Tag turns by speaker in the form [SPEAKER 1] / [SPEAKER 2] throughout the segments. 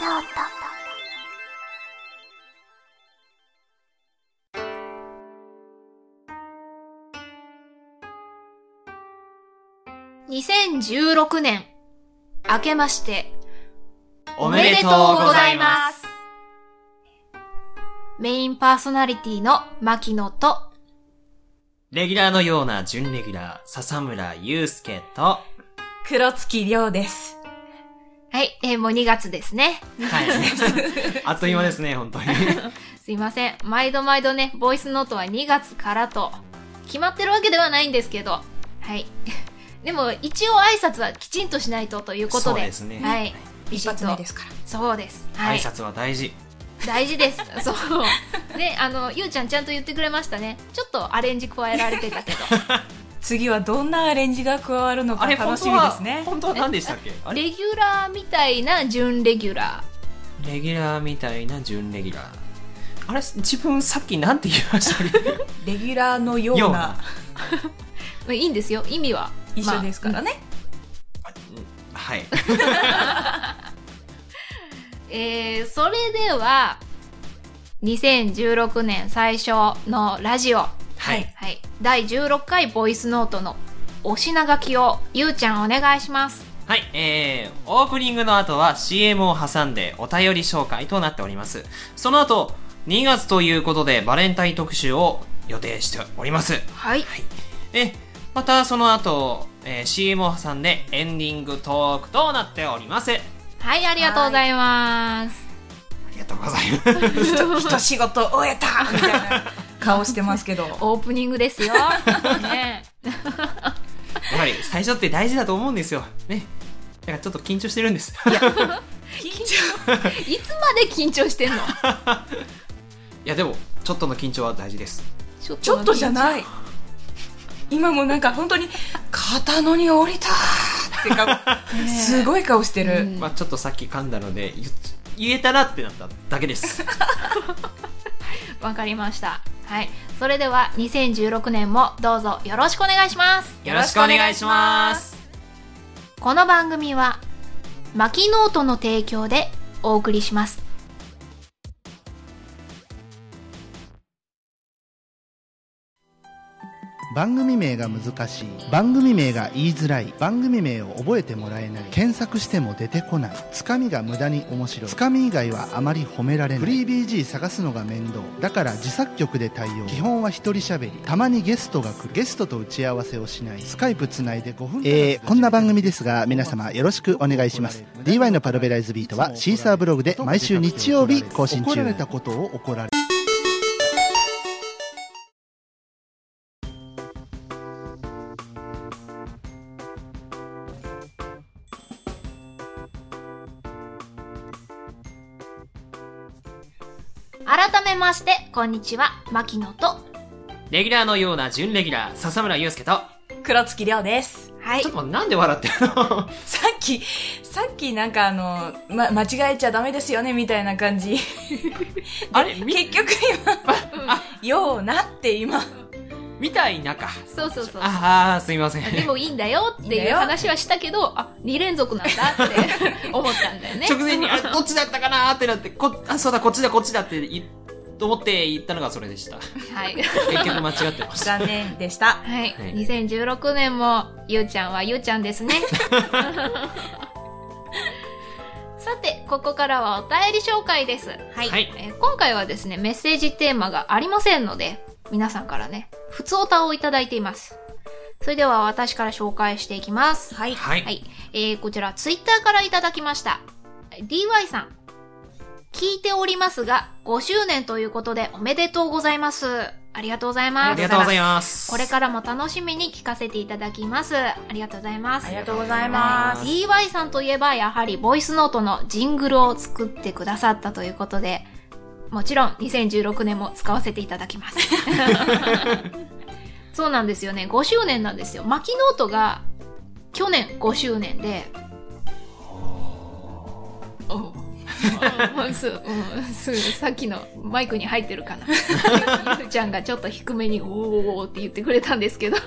[SPEAKER 1] ノート
[SPEAKER 2] 2016年、明けまして、
[SPEAKER 3] お
[SPEAKER 2] す。メインパーソナリティの牧野と、
[SPEAKER 3] レギュラーのような準レギュラー、笹村祐介と、は
[SPEAKER 4] 黒月亮です。
[SPEAKER 2] はい、えーもう2月ですね。
[SPEAKER 3] い。あっという間ですね、本当に。
[SPEAKER 2] すいません。毎度毎度ね、ボイスノートは2月からと、決まってるわけではないんですけど、はい。 でも、一応挨拶はきちんとしないとということで。
[SPEAKER 3] そうですね
[SPEAKER 2] はい。。
[SPEAKER 4] 一発目ですすから。
[SPEAKER 2] そうです。は
[SPEAKER 3] 挨
[SPEAKER 2] い。
[SPEAKER 3] 拶は大事。
[SPEAKER 2] 大事です。 そう。ね、あの、ゆうちゃんちゃんと言ってくれましたね。ちょっとアレンジ加えられて たけど。
[SPEAKER 4] 次はどんなアレンジが加わるのか楽しみですね。
[SPEAKER 3] 本当は何でしたっけあれ
[SPEAKER 2] レギュラーみたいな準レギュラ
[SPEAKER 3] レギュラーみたいな準レギュラー。あれ自分さっきなんて言いましたっ け
[SPEAKER 4] レギュラーのよう
[SPEAKER 3] よう
[SPEAKER 4] な
[SPEAKER 3] な
[SPEAKER 2] ー。まあいいんですよ。意味は。
[SPEAKER 4] 一緒ですから
[SPEAKER 2] まあ
[SPEAKER 4] ね。
[SPEAKER 3] はい。
[SPEAKER 2] えー、それでは、2016年最初のラジオ。
[SPEAKER 3] はい。
[SPEAKER 2] はい、第16回ボイスノートのお品書きをゆうちゃんお願いします
[SPEAKER 3] はい、えー、オープニングの後は CM を挟んでお便り紹介となっております。その後、2月ということでバレンタイン特集を予定しております。
[SPEAKER 2] はい
[SPEAKER 3] で、またその後、えー CM を挟んでエンディングトークとなっております。あ
[SPEAKER 2] はいありがとうございます
[SPEAKER 3] りがとうござい ます。
[SPEAKER 4] 一仕事終え たみたいな顔してますけど。
[SPEAKER 2] オープニングで すよ、ね、
[SPEAKER 3] やはり最初って大事だと思うんですよ。ね。だからちょっと緊張してるんです。いや、
[SPEAKER 2] いつまで緊 張してんの
[SPEAKER 3] でも、ちょっとの緊張は大事です。
[SPEAKER 2] ちょっ
[SPEAKER 4] ちょっとじゃ
[SPEAKER 2] い
[SPEAKER 4] ない。今もなんか本当に肩のに降りたって顔、すごい顔してる。
[SPEAKER 2] うん
[SPEAKER 3] まあちょっとさっき噛んだので、言言えたらってなっただけ です。
[SPEAKER 2] わかりましたはいそれでは2016年もどうぞよろしくお願いします
[SPEAKER 3] よろしくお願いします。
[SPEAKER 2] この番組はマキノートの提供でお送りします
[SPEAKER 5] 番組名が難しい番組名が言いづらい番組名を覚えてもらえない検索しても出てこないつかみが無駄に面白いつかみ以外はあまり褒められないフリー BG 探すのが面倒だから自作曲で対応基本は一人喋りたまにゲストが来るゲストと打ち合わせをしないスカイプつないで5分えー、こんな番組ですが皆様よろしくお願いします DY のパルベライズビートはシーサーブログで毎週日曜日更新中怒られたことを怒られ
[SPEAKER 2] 改めましてこんにちはマキノと
[SPEAKER 3] レギュラーのような準レギュラー、笹村祐介と、
[SPEAKER 4] 黒月亮です。
[SPEAKER 2] はい
[SPEAKER 3] ちょっと待ってなんで笑ってるの
[SPEAKER 4] さっき、さっきなんかあの、ま、間違えちゃダメですよねみたいな感じ。
[SPEAKER 3] あれみ
[SPEAKER 4] 結局 今、ようなって今、
[SPEAKER 3] みたいなか。
[SPEAKER 2] そうそうそう
[SPEAKER 3] ああ、すみません。
[SPEAKER 2] でもいいんだよって
[SPEAKER 4] いいん
[SPEAKER 2] い
[SPEAKER 4] だ
[SPEAKER 2] う
[SPEAKER 4] よ
[SPEAKER 2] 話はしたけど、あ、2連続なんだって思ったんだよね。
[SPEAKER 3] 直前に、あれ、どっちだったかなーってなって、こ、あ、そうだ、こっちだ、こっちだってい、と思って言ったのがそれで した。
[SPEAKER 2] はい。
[SPEAKER 3] 結局間違ってました。
[SPEAKER 4] 残念でした。
[SPEAKER 2] はい
[SPEAKER 3] はい。
[SPEAKER 2] 2016年も、ゆうちゃんはゆうちゃんですね。さて、ここからはお便り紹介です。はい。
[SPEAKER 3] はい
[SPEAKER 2] えー今回はですね、メッセージテーマがありませんので、皆さんからね、普通おたをいただいています。それでは私から紹介していきます。
[SPEAKER 4] はい。
[SPEAKER 3] はい。
[SPEAKER 2] はい。えー、こちら、ツイッターからいただきました。DY さん。聞いておりますが、5周年ということでおめでとうございます。ありがとうございます。
[SPEAKER 3] ありがとうございます。
[SPEAKER 2] これからも楽しみに聞かせていただきます。ありがとうございます。
[SPEAKER 4] ありがとうございます。
[SPEAKER 2] DY さんといえばやはりボイスノートのジングルを作ってくださったということでもちろん2016年も使わせていただきます そうなんですよね5周年なんですよマキノートが去年5周年でおううんすうんすさっきのマイクに入って るかなゆうちゃんがちょっと低めに「おーおーおー」って言ってくれたんですけど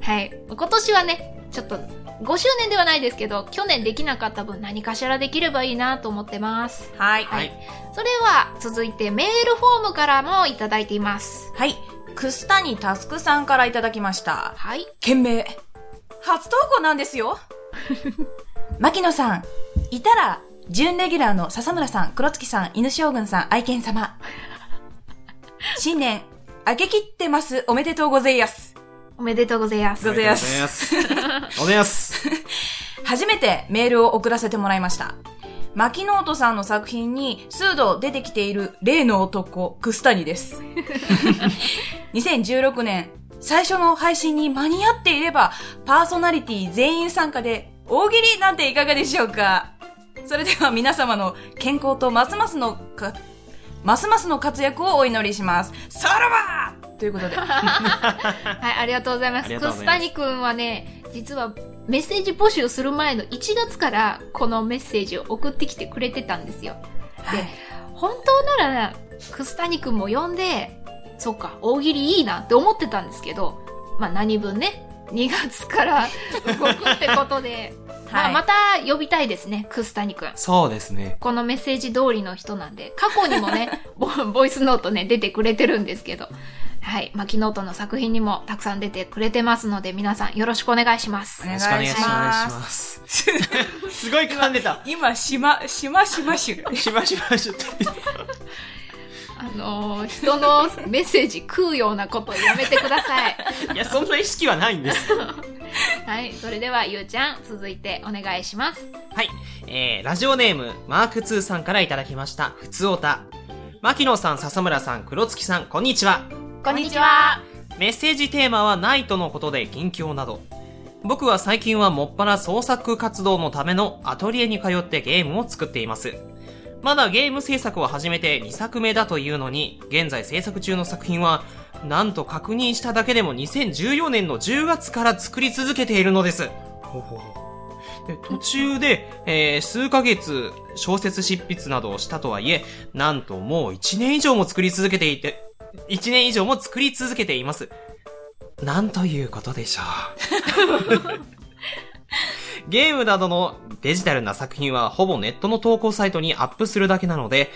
[SPEAKER 2] はい今年はねちょっと5周年ではないですけど、去年できなかった分何かしらできればいいなと思ってます。
[SPEAKER 4] はい。
[SPEAKER 3] は
[SPEAKER 4] はい。
[SPEAKER 3] い。。
[SPEAKER 2] それは、続いてメールフォームからもいただいています。
[SPEAKER 4] 楠谷タスクさんからいただきました。
[SPEAKER 2] はい。
[SPEAKER 4] 件名。初投稿なんですよ。牧野さん、いたら、準レギュラーの笹村さん、黒月さん、犬将軍さん、愛犬様。新年、明けきってます。おめでとうございます。
[SPEAKER 2] おめでとうございます。
[SPEAKER 4] ございます
[SPEAKER 3] おはようござい ます。
[SPEAKER 4] 初めてメールを送らせてもらいました。牧ノートさんの作品に数度出てきている例の男、楠谷 です。2016年、最初の配信に間に合っていれば、パーソナリティ全員参加で大喜利なんていかがでしょうかそれでは皆様の健康とますますのか、ますますの活躍をお祈りします。さらばという ことで。
[SPEAKER 2] はい、ありがとうございま
[SPEAKER 3] あ
[SPEAKER 2] す。
[SPEAKER 3] りがと
[SPEAKER 2] ク
[SPEAKER 3] うござ
[SPEAKER 2] ス
[SPEAKER 3] いま
[SPEAKER 2] タ
[SPEAKER 3] す
[SPEAKER 2] ニくんはね、実はメッセージ募集する前の1月からこのメッセージを送ってきてくれてたんですよ。
[SPEAKER 4] はい
[SPEAKER 2] 本当なら、クスタニくんも呼んで、そっか、大喜利いいなって思ってたんですけど、まあ何分ね、2月から動くってことで、まあまた呼びたいですね、クスタニくん。
[SPEAKER 3] そうですね。
[SPEAKER 2] このメッセージ通りの人なんで、過去にもね、ボボイスノートね、出てくれてるんですけど、はい、マキノートの作品にもたくさん出てくれてますので、皆さんよろしくお願いします。
[SPEAKER 4] お
[SPEAKER 3] よ
[SPEAKER 4] 願
[SPEAKER 3] ろ
[SPEAKER 4] い
[SPEAKER 3] し
[SPEAKER 4] し
[SPEAKER 3] くお願いし
[SPEAKER 4] ます。
[SPEAKER 3] ます。すごい噛んでた。
[SPEAKER 4] 今、しま、しましましゅ。
[SPEAKER 3] しばしばしゅって言って
[SPEAKER 2] あのー人のメッセージ食うようなことやめてください。
[SPEAKER 3] た。いや、そんな意識はないんです。
[SPEAKER 2] はい、それではゆうちゃん、続いてお願いします。
[SPEAKER 3] はい。えー、ラジオネーム、マーク2さんからいただきました。ふつおた。牧野さん、笹村さん、黒月さん、こんにちは。
[SPEAKER 4] こんにちは。
[SPEAKER 3] メッセージテーマはないとのことで近況など。僕は最近はもっぱら創作活動のためのアトリエに通ってゲームを作っています。まだゲーム制作を始めて2作目だというのに、現在制作中の作品は、なんと確認しただけでも2014年の10月から作り続けているのです。で途中で、えー数ヶ月小説執筆などをしたとはいえ、なんともう1年以上も作り続けていて、1年以上も作り続けています。なんということでしょう。ゲームなどのデジタルな作品はほぼネットの投稿サイトにアップするだけなので、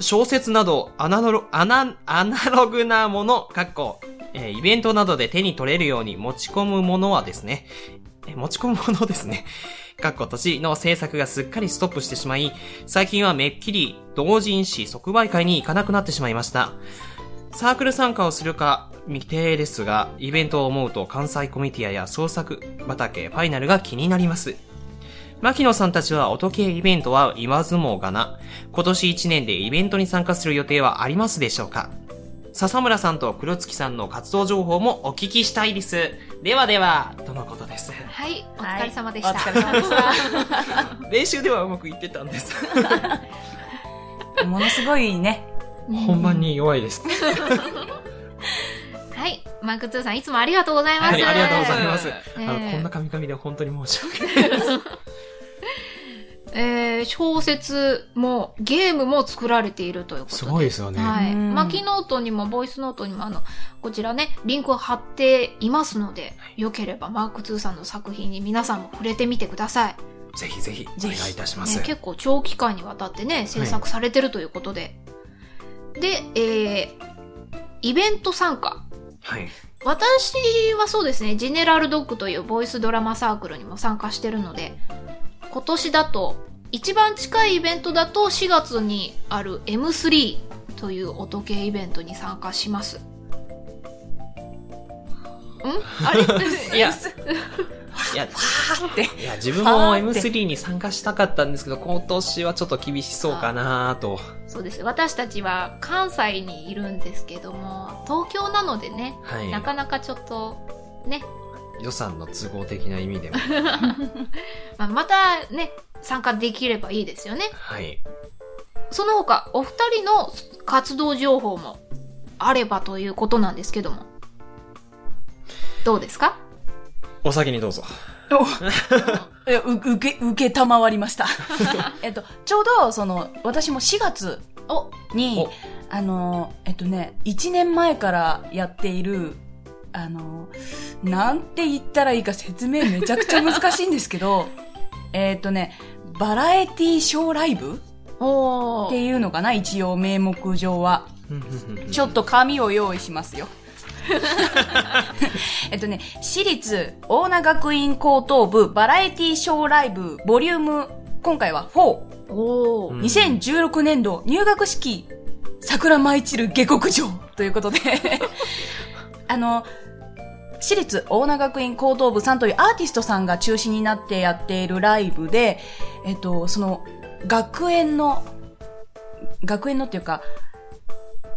[SPEAKER 3] 小説などアナロアナアナログなもの、かっこ、えーイベントなどで手に取れるように持ち込むものはですね、えー持ち込むものですね。 かっこ年の制作がすっかりストップしてしまい、最近はめっきり同人誌即売会に行かなくなってしまいました。サークル参加をするか未定ですが、イベントを思うと関西コミティアや創作畑ファイナルが気になります。牧野さんたちは音系イベントは言わずもがな。今年1年でイベントに参加する予定はありますでしょうか笹村さんと黒月さんの活動情報もお聞きしたいです。ではでは、とのことです。
[SPEAKER 2] はい、お疲れ様でし
[SPEAKER 4] お
[SPEAKER 2] た。
[SPEAKER 4] 疲れ様でした。
[SPEAKER 3] 練習ではうまくいってたんです。
[SPEAKER 4] ものすごいね。
[SPEAKER 3] 本番に弱いです。
[SPEAKER 2] はい、マーク2さんいつもありがとうございます。
[SPEAKER 3] はい、ありがとうござい
[SPEAKER 4] す
[SPEAKER 3] ます。あ
[SPEAKER 2] え
[SPEAKER 3] の、
[SPEAKER 2] え
[SPEAKER 3] こんなカミカミで本当に申し訳ない。
[SPEAKER 2] えー小説もゲームも作られているということで。
[SPEAKER 3] すごいですよね。
[SPEAKER 2] はい。
[SPEAKER 4] うん
[SPEAKER 2] マキノートにも、ボイスノートにも、あの、こちらね、リンクを貼っていますので、よければマーク2さんの作品に皆さんも触れてみてください。
[SPEAKER 3] ぜひぜひ、お願いいたしま
[SPEAKER 2] ね
[SPEAKER 3] す。、
[SPEAKER 2] 結構長期間にわたってね、制作されてるということで。で、えー、イベント参加。
[SPEAKER 3] はい。
[SPEAKER 2] 私はそうですね、ジェネラルドッグというボイスドラマサークルにも参加してるので、今年だと、一番近いイベントだと4月にある M3 という音系イベントに参加します。んあれ
[SPEAKER 3] いや、いや、
[SPEAKER 4] はって。
[SPEAKER 3] いや自分
[SPEAKER 4] は
[SPEAKER 3] も
[SPEAKER 4] ーって
[SPEAKER 3] M3 に参加したかったんですけど、今年はちょっと厳しそうかなと。
[SPEAKER 2] そうです。私たちは関西にいるんですけども、東京なのでね、
[SPEAKER 3] は。
[SPEAKER 2] ないかなかちょっと、ね、
[SPEAKER 3] 予算の都合的な意味でも。
[SPEAKER 2] まあ、またね、参加できればいいですよね。
[SPEAKER 3] はい。
[SPEAKER 2] その他、お二人の活動情報もあればということなんですけども。どうですか
[SPEAKER 3] お先にどうぞ。
[SPEAKER 4] おえう受け、受けたまわりま した。えっと、ちょうど、その、私も4月
[SPEAKER 2] お、
[SPEAKER 4] に
[SPEAKER 3] お、
[SPEAKER 4] あの、えっとね、1年前からやっている、あの、なんて言ったらいいか説明めちゃくちゃ難しいんですけど、 えっとね、バラエティショーライブ
[SPEAKER 2] お
[SPEAKER 4] って
[SPEAKER 2] ー。
[SPEAKER 4] いうのかな一応名目上は。ちょっと紙を用意しますよ。 えっとね、私立大名学院高等部バラエティショーライブボリューム、今回は4、
[SPEAKER 2] お
[SPEAKER 3] うん
[SPEAKER 2] ー。
[SPEAKER 4] 2016年度入学式、桜舞い散る下克上 ということで、あの、私立大名学院高等部さんというアーティストさんが中心になってやっているライブで、えっと、その、学園の、学園のっていうか、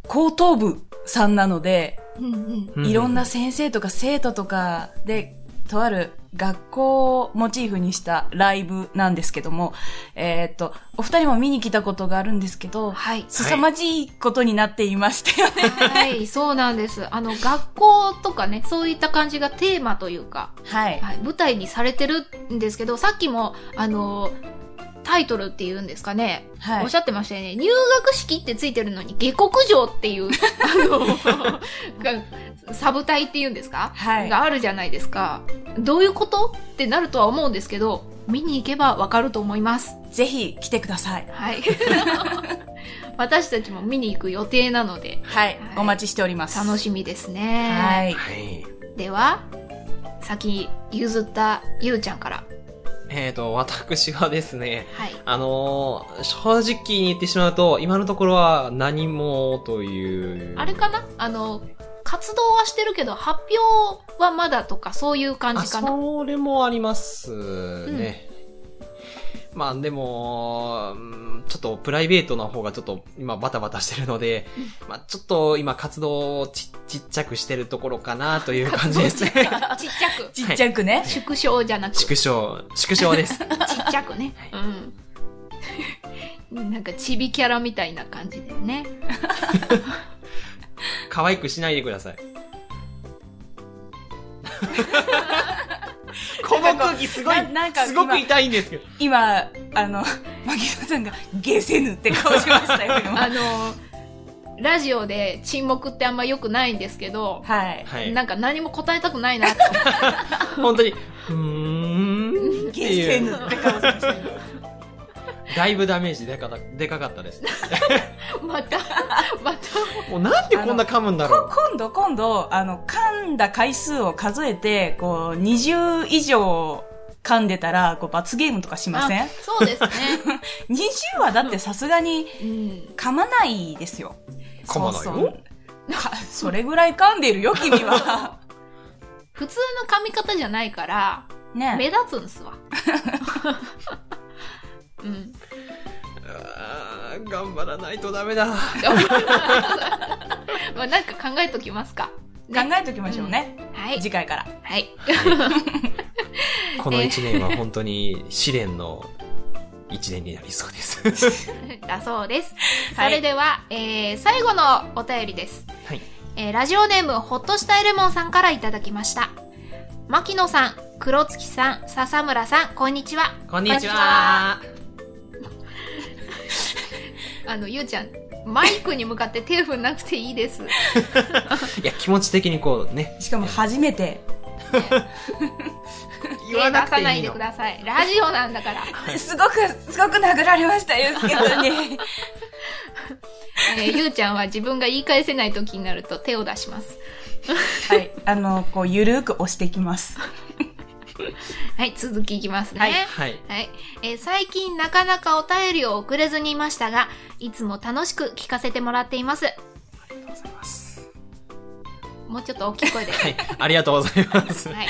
[SPEAKER 4] 高等部さんなので、
[SPEAKER 2] うんうん。
[SPEAKER 3] う
[SPEAKER 4] いろんな先生とか生徒とかで、とある学校をモチーフにしたライブなんですけども、えーっと、お二人も見に来たことがあるんですけど、
[SPEAKER 2] はい。
[SPEAKER 4] 凄まじいことになっていました よね。
[SPEAKER 2] はい、そうなんです。あの、学校とかね、そういった感じがテーマというか、
[SPEAKER 4] はい。
[SPEAKER 2] はい、舞台にされてるんですけど、さっきも、あの、タイトルっていうんですかね、
[SPEAKER 4] はい
[SPEAKER 2] おっしゃってましたよね。入学式ってついてるのに、下克上っていう、あ の、がサブ隊っていうんですか、
[SPEAKER 4] はい
[SPEAKER 2] があるじゃないですか。どういうことってなるとは思うんですけど、見に行けばわかると思います。
[SPEAKER 4] ぜひ来てください。
[SPEAKER 2] はい。私たちも見に行く予定なので、
[SPEAKER 4] はい
[SPEAKER 2] はい。
[SPEAKER 4] お待ちしております。
[SPEAKER 2] 楽
[SPEAKER 4] い。
[SPEAKER 2] しみですね。
[SPEAKER 4] はい。
[SPEAKER 3] はい。
[SPEAKER 2] では、先譲ったゆうちゃんから。
[SPEAKER 3] えっと、私がですね、
[SPEAKER 2] はい。
[SPEAKER 3] あのー正直に言ってしまうと、今のところは何もという。
[SPEAKER 2] あれかなあの、活動はしてるけど、発表はまだとか、そういう感
[SPEAKER 3] あ、
[SPEAKER 2] じかな。
[SPEAKER 3] それもありますね。まあでも、うんちょっとプライベートな方がちょっと今バタバタしてるので、まあちょっと今活動をちちっちゃくしてるところかなという感じです ね。
[SPEAKER 2] ちっちゃく。
[SPEAKER 4] ちっちゃくね。
[SPEAKER 2] 縮小じゃなく、ち
[SPEAKER 3] 縮小、縮小です。
[SPEAKER 2] っちゃくね。うん。 なんか、ちびキャラみたいな感じだよね。
[SPEAKER 3] 可愛くしないでください。この空気すごい
[SPEAKER 4] ななんか、
[SPEAKER 3] すごく痛いんですけど。
[SPEAKER 4] 今、あの、マギさんが、ゲセヌって顔しましたよ、
[SPEAKER 2] あ
[SPEAKER 4] 今。
[SPEAKER 2] の、ラジオで沈黙ってあんま良くないんですけど、
[SPEAKER 4] はい。
[SPEAKER 3] はい。
[SPEAKER 2] なんか何も答えたくないなって
[SPEAKER 3] 本当に、うーん。って
[SPEAKER 4] ゲセ
[SPEAKER 3] い
[SPEAKER 4] ヌ
[SPEAKER 3] う
[SPEAKER 4] って顔しましたよ。
[SPEAKER 3] だいぶダメージでかかでかかったです。
[SPEAKER 2] また、また、
[SPEAKER 3] もうなんでこんな噛むんだろう。
[SPEAKER 4] 今度、今度、あの、噛んだ回数を数えて、こう、20以上噛んでたら、こう、罰ゲームとかしません
[SPEAKER 2] あそうですね。
[SPEAKER 4] ?20 はだってさすがに
[SPEAKER 2] うん。
[SPEAKER 4] 噛まないですよ。
[SPEAKER 3] 噛まないよ
[SPEAKER 4] そうそうかそれぐらい噛んでるよ、君 は。
[SPEAKER 2] 普通の髪型じゃないから、目
[SPEAKER 4] ね。
[SPEAKER 2] 立つんすわ。 うん。
[SPEAKER 3] あー頑張らないとダメだ。
[SPEAKER 2] まあ、なんか考えときますか。
[SPEAKER 4] 考えときましょうね。
[SPEAKER 2] はい。
[SPEAKER 4] 次回から。
[SPEAKER 2] はい。
[SPEAKER 3] この一年は本当に試練の一年になりそうです。
[SPEAKER 2] だそうです。そ
[SPEAKER 4] はい
[SPEAKER 2] れでは、えー、最後のお便りです。
[SPEAKER 3] はい
[SPEAKER 2] えーラジオネーム、ほっとしたエレモンさんからいただきました。牧野さん、黒月さん、笹村さん、こんにちは。
[SPEAKER 3] こん
[SPEAKER 2] にちは。あの、ゆうちゃん、マイクに向かって手振んなくていいです。
[SPEAKER 3] いや、気持ち的にこうね、
[SPEAKER 4] しかも初めて。
[SPEAKER 3] 言わなくて
[SPEAKER 2] 手出さない
[SPEAKER 3] い
[SPEAKER 2] で
[SPEAKER 3] の
[SPEAKER 2] く。ださい。ラジオなんだから。
[SPEAKER 4] すごく、すごく殴られました、ゆうすけさん に。
[SPEAKER 2] えーゆうちゃんは自分が言い返せない時になると手を出します。
[SPEAKER 4] はい。あの、こう、ゆるーく押してきます。
[SPEAKER 2] はい、続きいきますね。
[SPEAKER 4] はい
[SPEAKER 3] はい。
[SPEAKER 2] はい、えー最近なかなかお便りを送れずにいましたが、いつも楽しく聞かせてもらっています。
[SPEAKER 3] ありがとうございます。
[SPEAKER 2] もうちょっと大きい声で。
[SPEAKER 3] はい、ありがとうございます。
[SPEAKER 2] はい。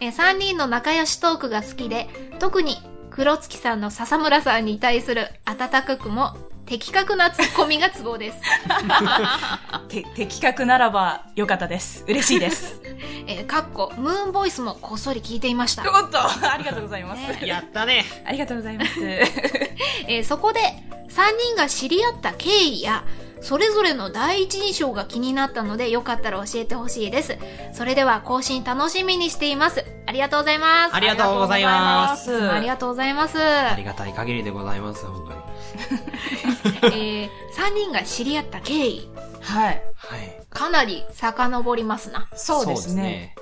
[SPEAKER 2] えー、3人の仲良しトークが好きで、特に黒月さんの笹村さんに対する温かくも的確なツッコミがツボです。
[SPEAKER 4] て、的確ならば、よかったです。嬉しい です。
[SPEAKER 2] えー、かっこ、ムーンボイスもこっそり聞いていました。
[SPEAKER 4] おっと、ありがとうございます。
[SPEAKER 2] ね
[SPEAKER 3] やったね。
[SPEAKER 4] ありがとうございます。
[SPEAKER 2] えーそこで3人が知り合った経緯やそれぞれの第一印象が気になったのでよかったら教えてほしいですそれでは更新楽しみにしていますありがとうございます
[SPEAKER 3] ありがとうございます。
[SPEAKER 4] す
[SPEAKER 2] ありがとうございます、
[SPEAKER 3] ありがたい限りでございます、本当に。
[SPEAKER 2] えー、3人が知り合った経緯
[SPEAKER 4] はい。
[SPEAKER 3] はい。
[SPEAKER 2] かなり遡りますな。
[SPEAKER 4] そうですね。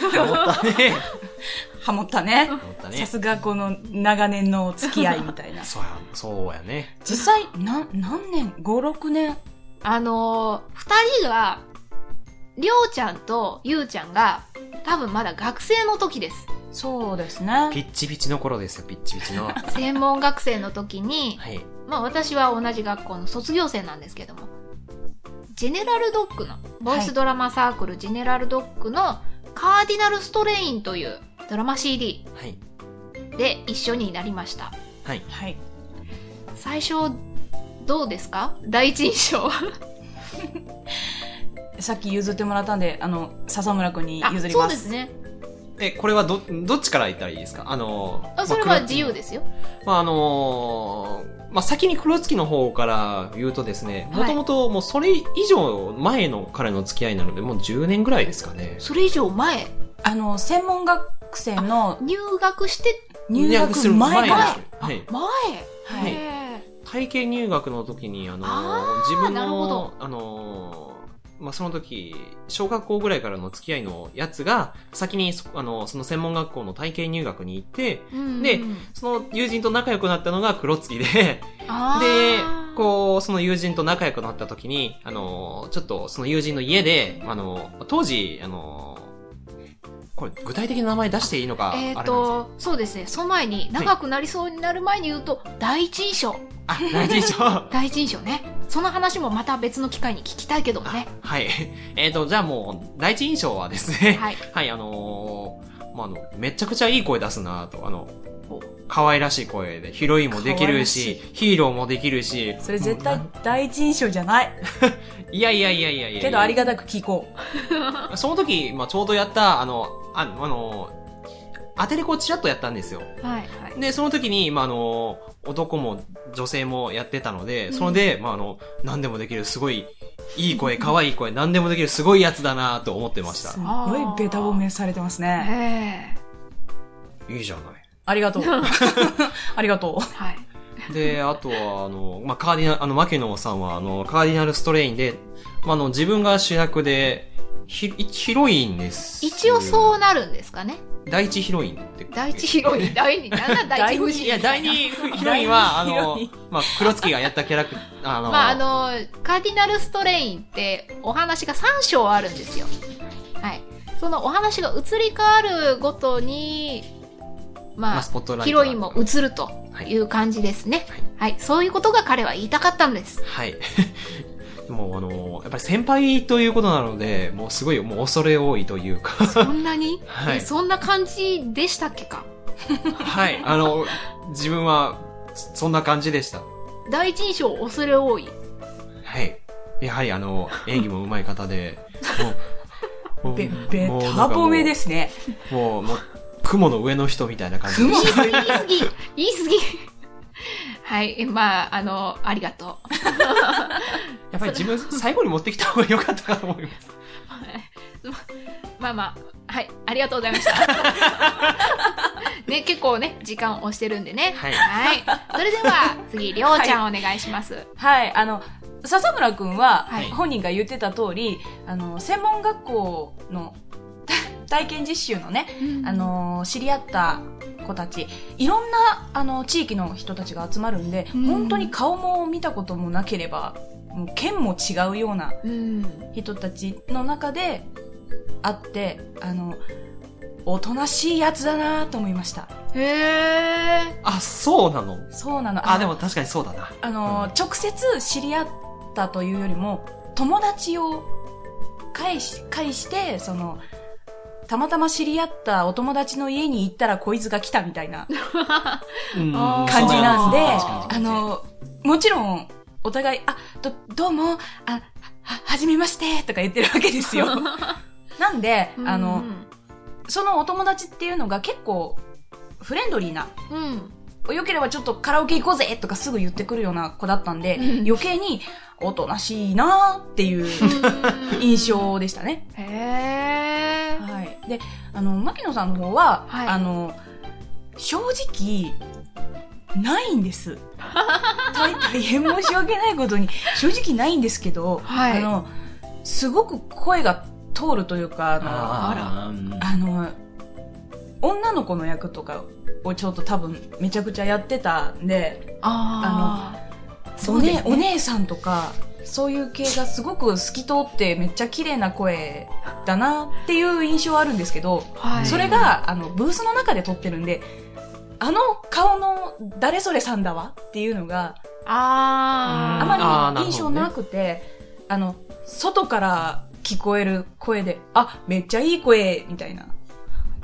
[SPEAKER 3] そうですね。思ったね。
[SPEAKER 4] ハモったね。
[SPEAKER 3] 思った
[SPEAKER 4] さ
[SPEAKER 3] ね。。
[SPEAKER 4] すがこの長年のお付き合いみたいな
[SPEAKER 3] そうや、そうやね。
[SPEAKER 4] 実際、な、何年 ?5、6年
[SPEAKER 2] あのー二人が、りょうちゃんとゆうちゃんが、多分まだ学生の時です。
[SPEAKER 4] そうですね。
[SPEAKER 3] ピッチピチの頃ですよ、ピッチピ チの。は
[SPEAKER 2] 専門学生の時に、
[SPEAKER 3] い。
[SPEAKER 2] まあ私は同じ学校の卒業生なんですけども、ジェネラルドッグの、ボイスドラマサークルジェネラルドッグのカーディナルストレインというドラマ CD
[SPEAKER 3] はい。
[SPEAKER 2] で一緒になりました。
[SPEAKER 3] はい。
[SPEAKER 4] はい。
[SPEAKER 2] 最初、どうですか第一印象は。
[SPEAKER 4] さっき譲ってもらったんで、あの、笹村くんに
[SPEAKER 2] あ
[SPEAKER 4] 譲り
[SPEAKER 2] そう
[SPEAKER 4] ま。
[SPEAKER 2] ですすね。
[SPEAKER 3] え、これはど、どっちから言ったらいいですかあのー
[SPEAKER 2] あそれは自由ですよ。
[SPEAKER 3] まああのーまあ、先に黒月の方から言うとですね、
[SPEAKER 2] は
[SPEAKER 3] も
[SPEAKER 2] い
[SPEAKER 3] ともともうそれ以上前の彼の付き合いなので、もう10年ぐらいですかね。
[SPEAKER 2] それ以上前、
[SPEAKER 4] あの、専門学生の
[SPEAKER 2] 入学して
[SPEAKER 4] 入学する前
[SPEAKER 3] 入
[SPEAKER 4] か
[SPEAKER 3] 学
[SPEAKER 4] ら
[SPEAKER 3] す、る前です。はい。
[SPEAKER 2] 前
[SPEAKER 4] はい
[SPEAKER 3] 体験入学の時に、あのー
[SPEAKER 2] あー
[SPEAKER 3] 自分
[SPEAKER 2] なるほ
[SPEAKER 3] の
[SPEAKER 2] ど、
[SPEAKER 3] あのーまあ、その時、小学校ぐらいからの付き合いのやつが、先にそ、あのーその専門学校の体験入学に行って、
[SPEAKER 2] い
[SPEAKER 3] でその友人と仲良くなったのが黒月で、で
[SPEAKER 2] で、
[SPEAKER 3] こう、その友人と仲良くなった時に、あの、ちょっとその友人の家で、あの、当時、あの、これ具体的な名前出していいのか、
[SPEAKER 2] えっ、
[SPEAKER 3] あれなん
[SPEAKER 2] と、そうですね、その前に、長くなりそうになる前に言うと、第一印象。
[SPEAKER 3] ですけど。あ、第一印象
[SPEAKER 2] 第一印象ね。その話もまた別の機会に聞きたいけどね。
[SPEAKER 3] はい。えっ、と、じゃあもう、第一印象はですね、
[SPEAKER 2] はい。
[SPEAKER 3] はい、あのーまあ、あの、めちゃくちゃいい声出すなと、あの、可愛らしい声で、ヒロインもできるし、ヒーローもできるし、
[SPEAKER 4] それ絶対第一印象じゃない。
[SPEAKER 3] いやいやいやいやいやいや
[SPEAKER 4] けどありがたく聞こ
[SPEAKER 3] その時、まあ、ちょうどやった、あの、ああの、アテレコをちらっとやったんですよ。
[SPEAKER 2] はい。はい。
[SPEAKER 3] で、その時に、まあ、あの、男も女性もやってたので、それで、まあ、あの、何でもできる、すごい、いい声、可愛い声、何でもできる、すごいやつだなと思ってま
[SPEAKER 4] う。
[SPEAKER 3] し
[SPEAKER 4] す
[SPEAKER 3] た。
[SPEAKER 4] ごいベタ褒めされてますね。
[SPEAKER 2] ええ
[SPEAKER 3] いいじゃない。
[SPEAKER 4] ありがと う。ありがとう。
[SPEAKER 2] はい。
[SPEAKER 3] で、あとは、あの、まあ、カーディナル、あの、牧野さんは、あの、カーディナルストレインで、まあ、あの、自分が主役で、ひ、ヒロインです。
[SPEAKER 2] 一応そうなるんですかね。
[SPEAKER 3] 第一ヒロインって。
[SPEAKER 2] 第一ヒロイン、第二、なんだ第一夫人。
[SPEAKER 3] いや、第二ヒロインは、あ
[SPEAKER 4] 第二ヒロ
[SPEAKER 3] の
[SPEAKER 4] イン、
[SPEAKER 3] まあ、黒月がやったキャラクター、あの、
[SPEAKER 2] まあ、あの、カーディナルストレインってお話が3章あるんですよ。はい。そのお話が移り変わるごとに、
[SPEAKER 3] ま
[SPEAKER 2] ま
[SPEAKER 3] あ、
[SPEAKER 2] あ
[SPEAKER 3] ス、ポットライト。
[SPEAKER 2] ヒロインも移るという感じですね。はい。そういうことが彼は言いたかったんです。
[SPEAKER 3] はい。 でも、あの、やっぱり先輩ということなので、もうすごい、もう恐れ多いというか、
[SPEAKER 2] そんなに、
[SPEAKER 3] はい
[SPEAKER 2] えそんな感じでしたっけか
[SPEAKER 3] はい。あの、自分は、そそんな感じでした。
[SPEAKER 2] 第一印象恐れ多い。
[SPEAKER 3] はい。やはり、あの、演技も上手い方 で、もう、もう
[SPEAKER 4] べ、べた
[SPEAKER 3] もうなんかも
[SPEAKER 4] 褒
[SPEAKER 3] う
[SPEAKER 4] めですね。
[SPEAKER 3] もう、もう、雲の上の人みたいな感じで
[SPEAKER 2] 言い過ぎ、言い過ぎ、言い過ぎ。はい。えまあ、あの、ありがとう。
[SPEAKER 3] やっぱり 自分、最後に持ってきた方が良かったかと思います。
[SPEAKER 2] まあまあ、はい、ありがとうございました。ね、結構ね、時間押してるんでね。
[SPEAKER 3] はい
[SPEAKER 2] はい。それでは、次、りょうちゃんお願いします。
[SPEAKER 4] はい、あの、笹村くんは
[SPEAKER 2] はい、
[SPEAKER 4] 本人が言ってた通り、あの、専門学校の 体験実習のね、
[SPEAKER 2] うん
[SPEAKER 4] あ、の、知り合った子たち、いろんな、あの、地域の人たちが集まるんで、
[SPEAKER 2] うん
[SPEAKER 4] 本当に顔も見たこともなければ、もう県も違うような
[SPEAKER 2] うん。
[SPEAKER 4] 人たちの中で会って、あの、おとなしいやつだなと思いました。
[SPEAKER 2] へえ。
[SPEAKER 3] あ、そうなの
[SPEAKER 4] そうなの。
[SPEAKER 3] あ、でも確かにそうだな。
[SPEAKER 4] あの、直接知り合ったというよりも、友達を介し、介して、その、たまたま知り合ったお友達の家に行ったらこいつが来たみたいな
[SPEAKER 3] うん
[SPEAKER 2] あー
[SPEAKER 4] 感じなんで、
[SPEAKER 2] あー
[SPEAKER 4] あの、もちろん、お互い、あ、ど、どうも、あ、は、はじめまして、とか言ってるわけです よ。なんで、あの、そのお友達っていうのが結構、フレンドリーな
[SPEAKER 2] うん、うん。
[SPEAKER 4] よければちょっとカラオケ行こうぜとかすぐ言ってくるような子だったんで、
[SPEAKER 2] うん
[SPEAKER 4] 余計におとなしいなーっていう
[SPEAKER 2] うん
[SPEAKER 4] 印。象でしたね。
[SPEAKER 2] へえ。
[SPEAKER 4] はい。で、あの、牧野さんの方は、
[SPEAKER 2] はい
[SPEAKER 4] あの、正直、ないんです。大大変申し訳ないことに、正直ないんですけど、
[SPEAKER 2] はい
[SPEAKER 4] あの、すごく声が通るというか、あの、
[SPEAKER 2] あ
[SPEAKER 3] ー
[SPEAKER 4] あの、女の子の役とかをちょっと多分めちゃくちゃやってたんで、
[SPEAKER 2] あ
[SPEAKER 4] お
[SPEAKER 2] うで
[SPEAKER 4] ね
[SPEAKER 2] す
[SPEAKER 4] お姉さんとか、そういう系がすごく透き通ってめっちゃ綺麗な声だなっていう印象はあるんですけど、
[SPEAKER 2] あの、はい、
[SPEAKER 4] それが、あの、ブースの中で撮ってるんで、あの顔の誰それさんだわっていうのが、
[SPEAKER 2] あー
[SPEAKER 4] あ
[SPEAKER 3] うんあー
[SPEAKER 4] ま
[SPEAKER 3] な
[SPEAKER 4] り
[SPEAKER 3] る
[SPEAKER 4] 印
[SPEAKER 3] ほ
[SPEAKER 4] 象
[SPEAKER 3] どね
[SPEAKER 4] なくて、あの、外から聞こえる声で、あ、めっちゃいい声、みたいな。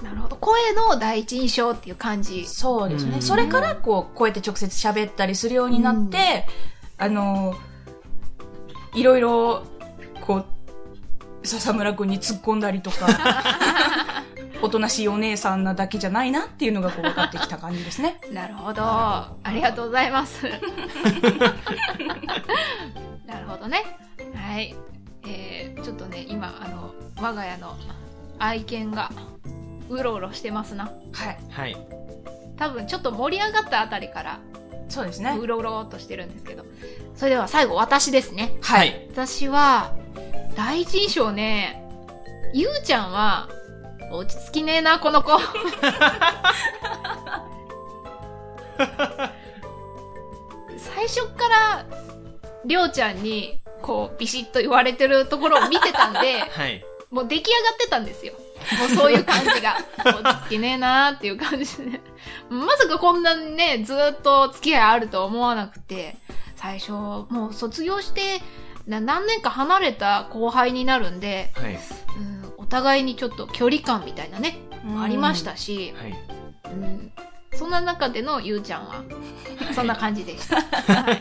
[SPEAKER 2] なるほど声の第一印象っていう感じ
[SPEAKER 4] そうですね。
[SPEAKER 3] うん
[SPEAKER 4] それから、こう、こうやって直接喋ったりするようになって、あの、いろいろ、こう、笹村くんに突っ込んだりと か、おとなしいお姉さんなだけじゃないなっていうのがこう分かってきた感じですね。
[SPEAKER 2] なるほど
[SPEAKER 3] なるほど
[SPEAKER 2] ありがとうございますなるほどねはいえー、ちょっとね今あの我が家の愛犬がうろうろしてますな
[SPEAKER 4] はい。
[SPEAKER 3] はい。
[SPEAKER 2] 多分ちょっと盛り上がったあたりから
[SPEAKER 4] そうですね
[SPEAKER 2] う。ろうろっとしてるんですけどそれでは最後私ですね
[SPEAKER 3] はい。
[SPEAKER 2] 私は第一印象ねゆうちゃんは落ち着きねえなこの子最初からりょうちゃんにこうビシッと言われてるところを見てたんで
[SPEAKER 3] はい。
[SPEAKER 2] もう出来上がってたんですよ。もうそういう感 じが。落ち着きねえなーっていう感じで、ね。まさかこんなにね、ずーっと付き合いあるとは思わなくて、最初、もう卒業して、な何年か離れた後輩になるんで、
[SPEAKER 3] はい。
[SPEAKER 2] うん、お互いにちょっと距離感みたいなね、
[SPEAKER 4] うん
[SPEAKER 2] ありまし。たし、
[SPEAKER 3] はい。
[SPEAKER 2] うん、そんな中でのゆうちゃんは、そんな感じでした。はい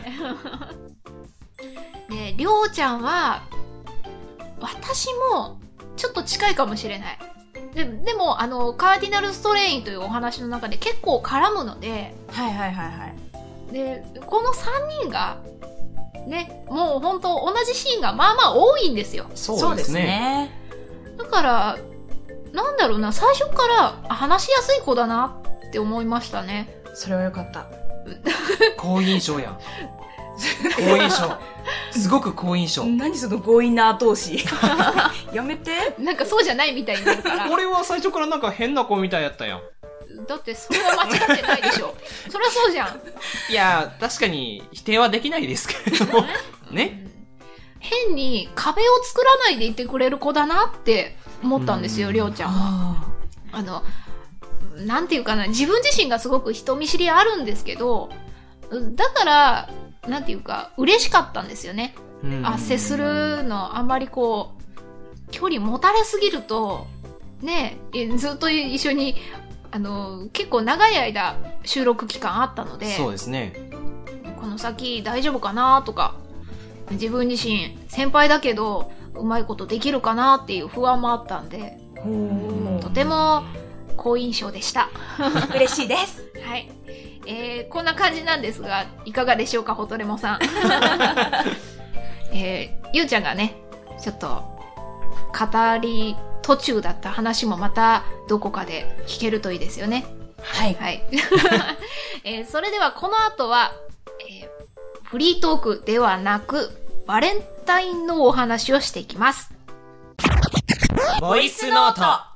[SPEAKER 2] で、りょうちゃんは、私も、ちょっと近いかもしれない。ででも、あの、カーディナルストレインというお話の中で結構絡むので、
[SPEAKER 4] はいはいはいはい。
[SPEAKER 2] で、この3人が、ね、もう本当同じシーンがまあまあ多いんですよ。
[SPEAKER 3] そうですね。
[SPEAKER 2] だから、なんだろうな、最初からあ話しやすい子だなって思いましたね。
[SPEAKER 4] そうですねそれはよかった。
[SPEAKER 3] 好印象 やん。好印象。すごく好印象。
[SPEAKER 4] 何その強引な後押 し。やめて。
[SPEAKER 2] なんかそうじゃないみたいになるから。
[SPEAKER 3] 俺は最初からなんか変な子みたいやったやん。
[SPEAKER 2] だってそれは間違ってないで しょ。そりゃそうじゃん。
[SPEAKER 3] いやー、確かに否定はできないです けれども。ね。
[SPEAKER 2] 変に壁を作らないでいてくれる子だなって思ったんですよ、
[SPEAKER 3] うん
[SPEAKER 2] りょうちゃんは。
[SPEAKER 4] あ
[SPEAKER 2] あの、なんていうかな、自分自身がすごく人見知りあるんですけど、だから、なんていうか、嬉しかったんですよね。
[SPEAKER 3] うん
[SPEAKER 2] あ、接するの、あんまりこう、距離持たれすぎると、ねえ、えずっと一緒に、あの、結構長い間収録期間あったので、
[SPEAKER 3] そうですね。
[SPEAKER 2] この先大丈夫かなとか、自分自身先輩だけど、うまいことできるかなっていう不安もあったんで、
[SPEAKER 4] あ。
[SPEAKER 3] ん
[SPEAKER 2] とても好印象でした。
[SPEAKER 4] 嬉しいです。
[SPEAKER 2] はい。えー、こんな感じなんですが、いかがでしょうか、ホトレモさん。えー、ゆうちゃんがね、ちょっと、語り途中だった話もまたどこかで聞けるといいですよね。
[SPEAKER 4] はい。
[SPEAKER 2] はい。 えーそれではこの後は、えーフリートークではなく、バレンタインのお話をしていきます。
[SPEAKER 3] ボイスノート。